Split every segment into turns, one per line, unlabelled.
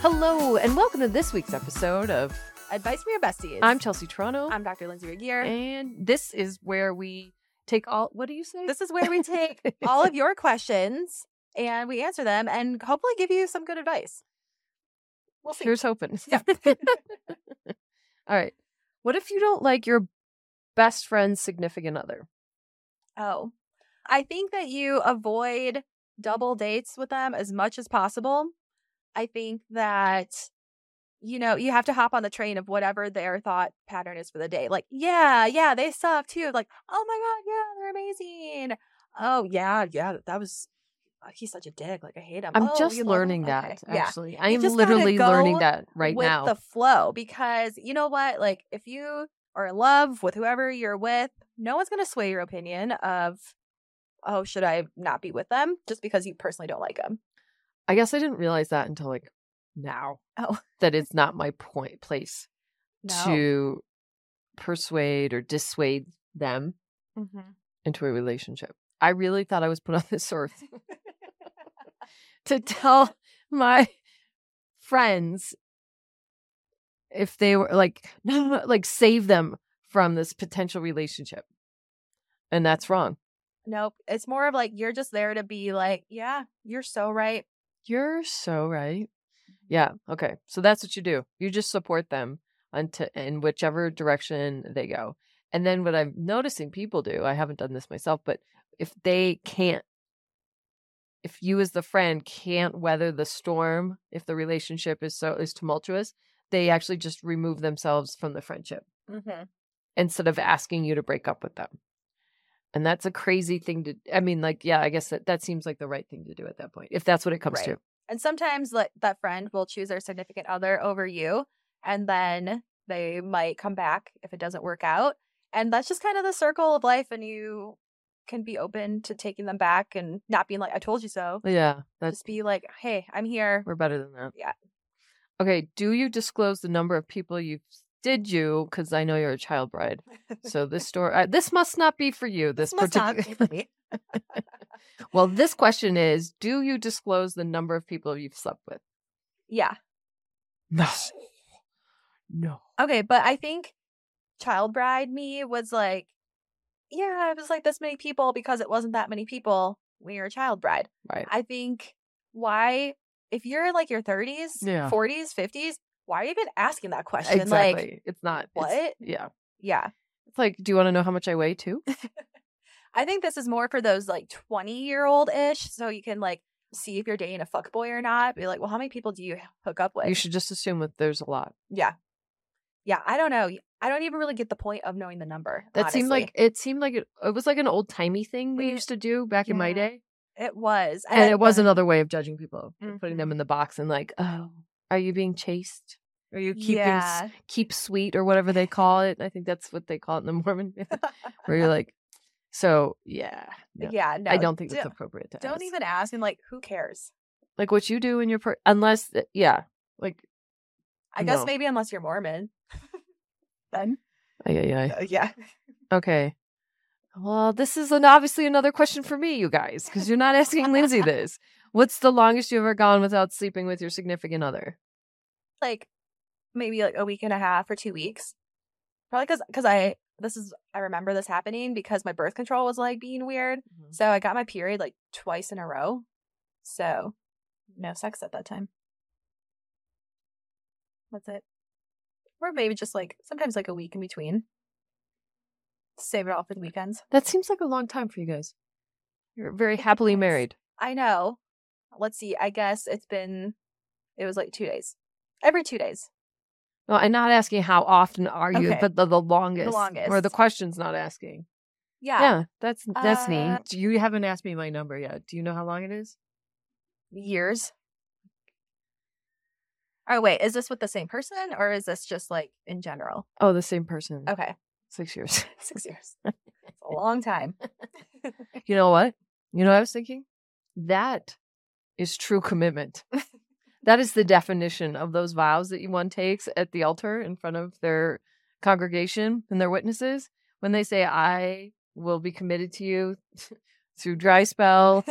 Hello, and welcome to this week's episode of
Advice from your besties.
I'm Chelsea Toronto.
I'm Dr. Lindsay Regier.
and this is where we take all. What do you say?
This is where we take all of your questions and we answer them and hopefully give you some good advice. We'll see.
Here's hoping. all right. What if you don't like your best friend's significant other?
Oh, I think that you avoid double dates with them as much as possible. I think that, you know, you have to hop on the train of whatever their thought pattern is for the day. Like, yeah, yeah, they suck too. Like, oh my God, yeah, they're amazing. Oh, yeah, yeah, that was, oh, he's such a dick. Like, I hate him.
I'm
Oh,
just
you love him.
learning
Okay,
that.
Yeah
Actually, I
You
am
just gotta
literally learning
go
that right
with
now.
the flow because you know what like if you are in love with whoever you're with no one's going to sway your opinion of oh should i not be with them just because you personally don't like them
I guess I didn't realize that until like now.
Oh.
that it's not my point place to persuade or dissuade them
Mm-hmm.
into a relationship. I really thought I was put on this earth to tell my friends if they were like no, no, no, like save them from this potential relationship. And that's wrong.
nope it's more of like you're just there to be like yeah you're so right
You're so right. Yeah. Okay. So that's what you do. You just support them until in whichever direction they go. And then what I'm noticing people do, I haven't done this myself, but if they can't, if you as the friend can't weather the storm, if the relationship is so is tumultuous, they actually just remove themselves from the friendship
mm-hmm.
instead of asking you to break up with them. And that's a crazy thing to. I mean, like, yeah, I guess that that seems like the right thing to do at that point, if that's what it comes
Right.
to.
and sometimes like that friend will choose their significant other over you and then they might come back if it doesn't work out and that's just kind of the circle of life and you can be open to taking them back and not being like i told you so
Yeah, that's
just be like hey i'm here
we're better than that.
Yeah.
Okay. Do you disclose the number of people you did you? Because I know you're a child bride. So this story, uh, this must not be for you. This,
must not
particular.
be for me.
well, this question is: Do you disclose the number of people you've slept with?
yeah
No. No.
okay but i think child bride me was like yeah it was like this many people because it wasn't that many people when you're a child bride
Right.
I think why if you're in like your 30s,
Yeah.
40s, 50s, why are you even asking that question?
Exactly.
Like,
it's not. it's-
what?
yeah.
yeah.
It's like, do you want to know how much I weigh too?
I think this is more for those like 20 year old ish. So you can like see if you're dating a fuckboy or not. Be like, well, how many people do you hook up with?
you should just assume that there's a lot.
yeah. Yeah. I don't know. I don't even really get the point of knowing the number.
That seemed
honestly.
like it seemed like it, it was like an old timey thing we
We-
used to do back in my
yeah.
day.
it was.
and it was
not
another way of judging people like putting them
Mhm.
in the box and like oh are you being chased are you keeping s-
Yeah.
keep sweet or whatever they call it i think that's what they call it in the mormon faith, where you're like so yeah no,
Yeah. No.
i don't think
don't,
it's appropriate to
don't
ask.
even ask. And like, who cares?
like what you do in your per- unless th- yeah like
I guess
No.
maybe unless you're Mormon. then.
yeah yeah
Uh, yeah.
okay well this is an obviously another question for me you guys because you're not asking lindsay this what's the longest you've ever gone without sleeping with your significant other
like maybe like a week and a half or two weeks. Probably because because I this is I remember this happening because my birth control was like being weird,
Mhm.
so I got my period like twice in a row. So no sex at that time. That's it. Or maybe just like sometimes like a week in between. Save it all for the weekends.
that seems like a long time for you guys you're very happily
Yes.
married
I know. Let's see. I guess it's been it was like two days. Every two days.
No, I'm not asking how often are you,
Okay.
but the, the longest, or the
longest.
question's not asking. Yeah,
Yeah.
that's that's
Uh,
neat. Do You haven't asked me my number yet. Do you know how long it is?
years. Oh wait, is this with the same person or is this just like in general?
Oh, the same person.
Okay,
Six years.
six years. It's a long time.
You know what? You know what I was thinking? That is true commitment. that is the definition of those vows that one takes at the altar in front of their congregation and their witnesses when they say, I will be committed to you through dry spell.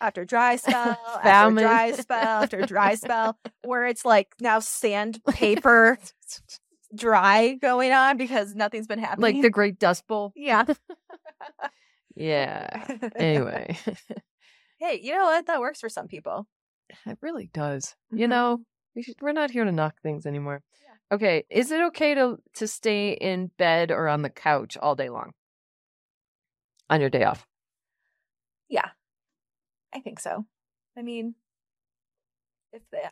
after dry spell, after
Famine.
dry spell, after dry spell, where it's like now sandpaper dry going on because nothing's been happening.
like the Great Dust Bowl.
yeah.
Yeah. Anyway,
hey, you know what? That works for some people.
it really does. You
Mhm.
know, we should, we're not here to knock things anymore. Okay, is it okay to to stay in bed or on the couch all day long? On your day off.
I think so. I mean, if the,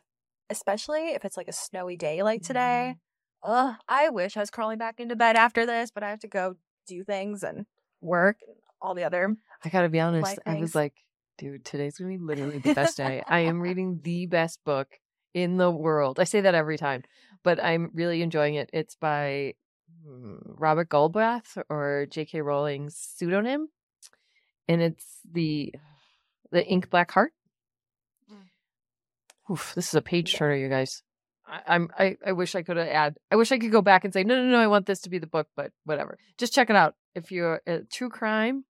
especially if it's like a snowy day like today.
Mm-hmm.
Ugh, I wish I was crawling back into bed after this, but I have to go do things and work and all the other.
I gotta be honest.
Like
I
things.
was like, dude, today's gonna be literally the best day. I am reading the best book in the world. I say that every time, but I'm really enjoying it. It's by mm, Robert Goldblath or J.K. Rowling's pseudonym, and it's the the Ink Black Heart. Oof, this is a page
Yeah.
turner, you guys. I, I'm I, I wish I could add. I wish I could go back and say no, no, no. I want this to be the book, but whatever. Just check it out. If you're uh, true crime,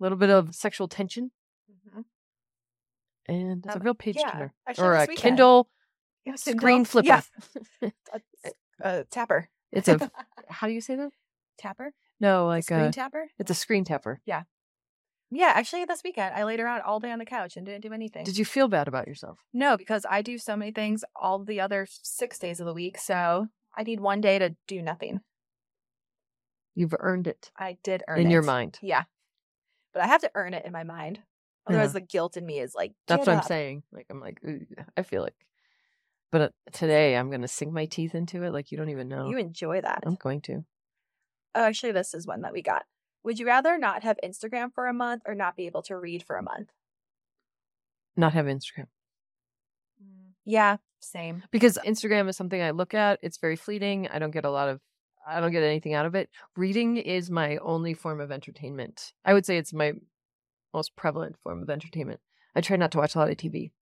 a little bit of sexual tension, and it's a
Um,
real page
Yeah,
turner
mm-hmm. actually,
or
this
a
weekend.
Kindle
Yeah, Kindle.
screen Uh, flipper.
Yeah, a tapper.
it's a how do you say that?
tapper.
No, like uh,
screen
a
tapper.
it's a screen tapper.
Yeah, actually, this weekend I laid around all day on the couch and didn't do anything.
Did you feel bad about yourself?
No, because I do so many things all the other six days of the week. So I need one day to do nothing.
You've earned it
I did earn
in your
it.
mind.
Yeah. But I have to earn it in my mind. Otherwise, the guilt in me is like,
That's
"Get
what I'm
up."
saying. Like I'm like "Ooh, I feel like, but uh, today I'm gonna sink my teeth into it. Like you don't even know.
You enjoy that.
I'm going to.
Oh, actually, this is one that we got. Would you rather not have Instagram for a month or not be able to read for a month?
not have Instagram Mm.
Yeah, same.
because Instagram is something I look at. It's very fleeting. I don't get a lot of, I don't get anything out of it. Reading is my only form of entertainment. I would say it's my most prevalent form of entertainment. I try not to watch a lot of TV.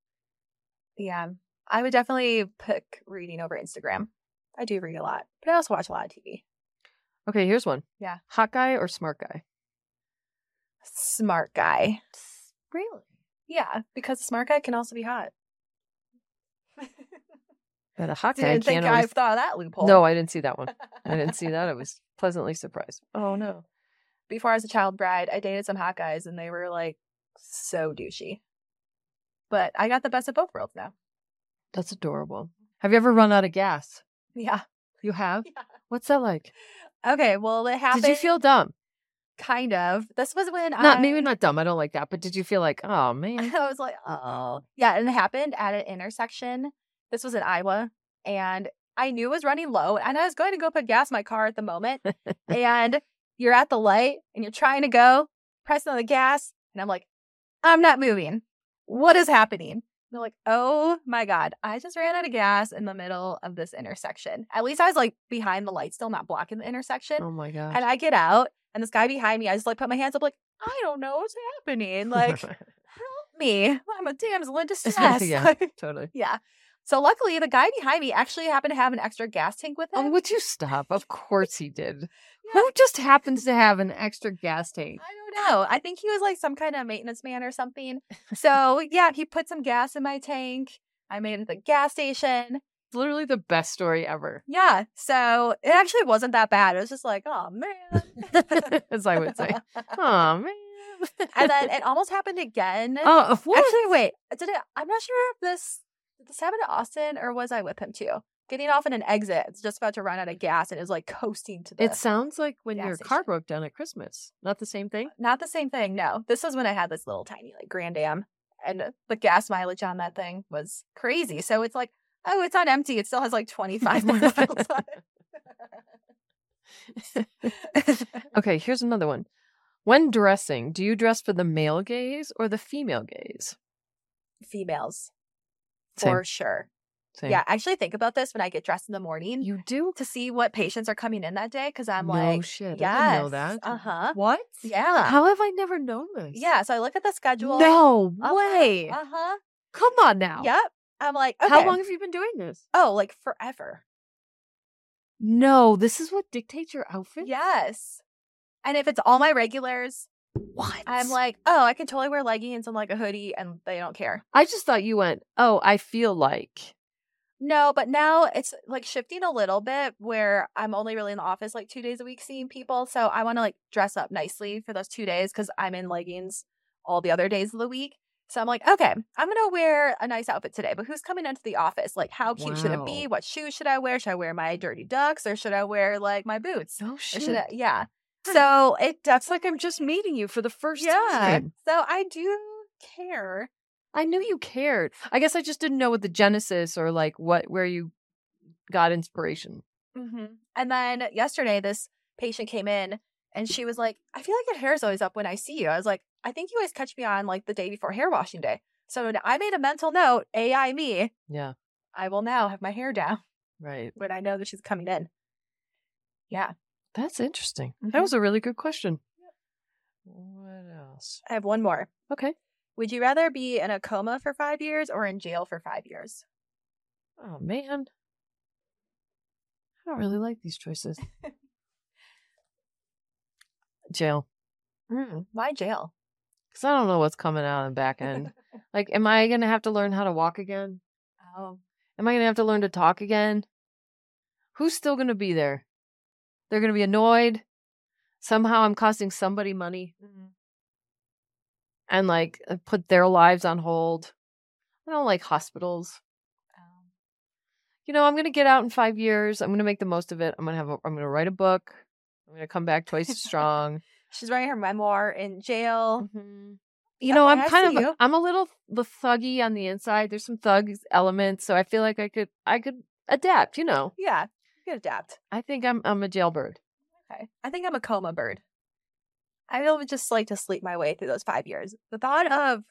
Yeah. I would definitely pick reading over Instagram. I do read a lot, but I also watch a lot of TV.
Okay, here's one.
Yeah.
Hot guy or smart guy?
Smart guy.
Really?
Yeah, because a smart guy can also be hot.
But a hot guy
Didn't think
can't
I
always.
saw that loophole.
No, I didn't see that one. I didn't see that. I was pleasantly surprised.
Oh no. Before I was a child bride, I dated some hot guys and they were like so douchey. But I got the best of both worlds now.
That's adorable. Have you ever run out of gas?
Yeah.
You have? What's that like?
Okay, well it happened
Did you feel dumb?
kind of. This was when
Not
I
maybe not dumb. I don't like that. But did you feel like, oh man,
I was like, oh. Yeah, and it happened at an intersection. This was in Iowa. And I knew it was running low. And I was going to go put gas in my car at the moment. and you're at the light and you're trying to go, pressing on the gas. And I'm like, I'm not moving. What is happening? And they're like, oh my God, I just ran out of gas in the middle of this intersection. At least I was like behind the light, still not blocking the intersection.
Oh my gosh.
And I get out, and this guy behind me, I just like put my hands up, like, I don't know what's happening. Like, help me. I'm a damsel in distress.
Yeah.
Like,
totally.
yeah. So luckily, the guy behind me actually happened to have an extra gas tank with him.
Oh, would you stop? Of course he did.
Yeah.
Who just happens to have an extra gas tank?
I don't know. I think he was like some kind of maintenance man or something. So yeah, he put some gas in my tank. I made it to the gas station.
It's literally the best story ever,
Yeah. So it actually wasn't that bad. It was just like, oh man.
as I would say. Oh man.
and then it almost happened again.
oh, of what?
Actually, wait. uh, Did it? I'm not sure if this did this happen to Austin or was I with him too? Getting off in an exit, it's just about to run out of gas, and it was like coasting to the.
it sounds like when
gas
your car
station.
broke down at Christmas. Not the same thing.
not the same thing. No, this was when I had this little tiny like Grand Am, and uh, the gas mileage on that thing was crazy. So it's like, oh, it's on empty. It still has like 25 more miles on it.
Okay, here's another one. When dressing, do you dress for the male gaze or the female gaze?
Females
Same,
for sure.
same.
Yeah, I actually think about this when I get dressed in the morning
You do?
to see what patients are coming in that day because I'm
no
like,
shit. I
yeah,
didn't know that.
uh huh,
What?
yeah,
How have I never known this?
yeah. So I look at the schedule.
No
Uh-huh.
way.
Uh huh.
Come on now.
Yep. I'm like, okay.
How long have you been doing this?
Oh, like forever.
No, this is what dictates your outfit.
Yes. And if it's all my regulars,
What?
I'm like, oh, I can totally wear leggings and like a hoodie and they don't care.
I just thought you went, oh, I feel like.
No, but now it's like shifting a little bit where I'm only really in the office like two days a week seeing people. So I want to like dress up nicely for those two days because I'm in leggings all the other days of the week. So I'm like, okay, I'm going to wear a nice outfit today, but who's coming into the office? Like, how cute should it be?
Wow.
What shoes should I wear? Should I wear my dirty ducks or should I wear like my boots?
Oh
Or
shit.
should I, yeah.
Hmm.
So it
That's like I'm just meeting you for the first
Yeah.
time.
So I do care.
I knew you cared. I guess I just didn't know what the genesis or like what where you got inspiration.
Mm-hmm. And then yesterday, this patient came in and she was like, I feel like your hair is always up when I see you. I was like, I think you always catch me on like the day before hair washing day. So I made a mental note AI me.
Yeah.
I will now have my hair down
Right.
when I know that she's coming in. Yeah.
That's interesting.
Mhm.
That was a really good question. What else?
I have one more.
Okay.
Would you rather be in a coma for five years or in jail for five years?
Oh man. I don't really like these choices. Jail.
Mm, why jail?
Because I don't know what's coming out on the back end. like, am I gonna have to learn how to walk again?
Oh,
Am I going to have to learn to talk again? Who's still going to be there? They're going to be annoyed. Somehow I'm costing somebody money and like uh, put their lives on hold. I don't like hospitals. You know, I'm going to get out in 5 years. I'm going to make the most of it. I'm going to have a, I'm going to write a book. I'm going to come back twice as strong.
she's writing her memoir in jail.
Oh. You know,
Okay,
I'm
Mm-hmm. I
kind
see
of
you.
I'm a little th- thuggy on the inside. There's some thugs elements, so I feel like I could I could adapt, you know.
Yeah, you can adapt.
I think I'm I'm a jailbird.
Okay. I think I'm a coma bird. I would just like to sleep my way through those five years. The thought of,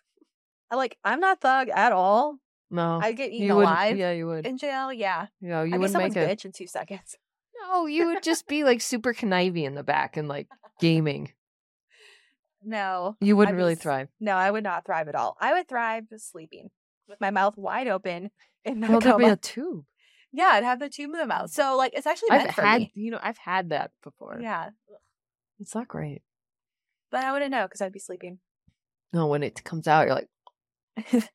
I like, I'm not thug at all.
No.
I'd get eaten
Oh, you would,
alive
Yeah, you would.
in jail. Yeah.
You know, you
I'd be
wouldn't
someone's
make it.
bitch in two seconds.
No, you would just be like super conniving in the back and like gaming.
No,
You wouldn't
be
really
s-
thrive.
no, I would not thrive at all. I would thrive just sleeping with my mouth wide open in that
Well, there'd be
coma.
a tube.
yeah, I'd have the tube in the mouth. So, like, it's actually meant
I've
for
had,
me.
you know, I've had that before.
Yeah.
it's not great.
But I wouldn't know because I'd be sleeping.
No, when it comes out, you're like,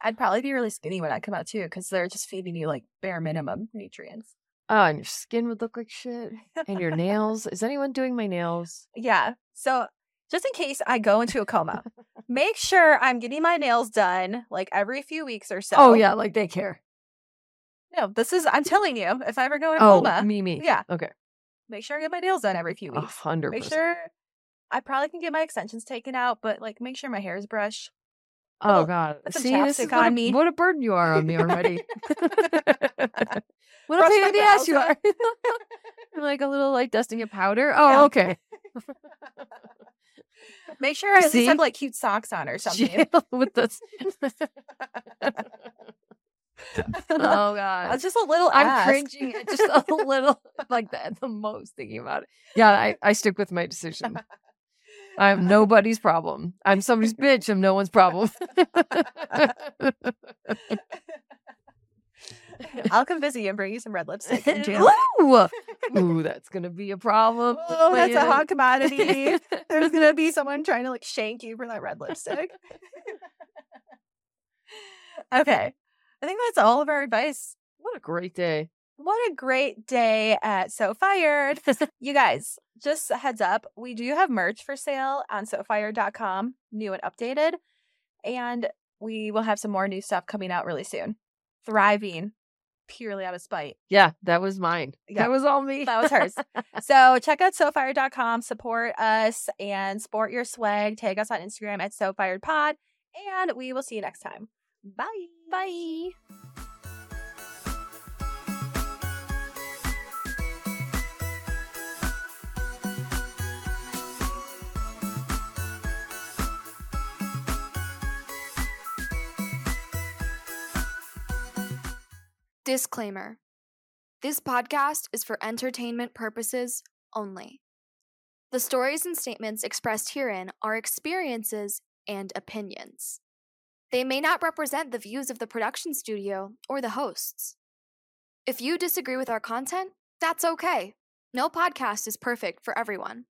I'd probably be really skinny when I come out too because they're just feeding you like bare minimum nutrients.
oh, and your skin would look like shit, and your nails. Is anyone doing my nails?
Yeah. So just in case I go into a coma, make sure I'm getting my nails done like every few weeks or so.
Oh yeah, like they care.
No, this is I'm telling you, if I ever go in a
Oh,
coma,
me, Oh, me.
Yeah.
Okay.
make sure I get my nails done every few
A
weeks.
hundred
Make
percent.
sure I probably can get my extensions taken out, but like make sure my hair is brushed.
Oh
little-
god.
put some
See, this is
chapstick
what a-
on me.
What a burden you are on me already. what a
Brush
pain
my
in the ass you
brows
are. like a little like dusting of powder. Oh,
Yeah.
okay.
Make sure I at least
See?
have like cute socks on or something.
jail with this. oh god,
It's just a little
I'm
ask.
cringing at just a little like that the most thinking about it. Yeah, I, I stick with my decision. I'm nobody's problem. I'm somebody's bitch. I'm no one's problem.
I'll come visit you and bring you some red lipstick in jail.
Ooh, Ooh, that's gonna be a problem.
Oh, that's a
Wait.
hot commodity. There's gonna be someone trying to like shank you for that red lipstick. okay. I think that's all of our advice.
what a great day.
What a great day at So Fired. you guys, just a heads up, we do have merch for sale on SoFired.com, new and updated. And we will have some more new stuff coming out really soon. Thriving purely out of spite.
Yeah, that was mine.
Yeah.
That was all me.
That was hers. so check out SoFired.com, support us, and sport your swag. Tag us on Instagram at SoFiredPod, and we will see you next time. Bye. Bye.
Disclaimer This podcast is for entertainment purposes only. The stories and statements expressed herein are experiences and opinions. They may not represent the views of the production studio or the hosts. If you disagree with our content, that's okay. No podcast is perfect for everyone.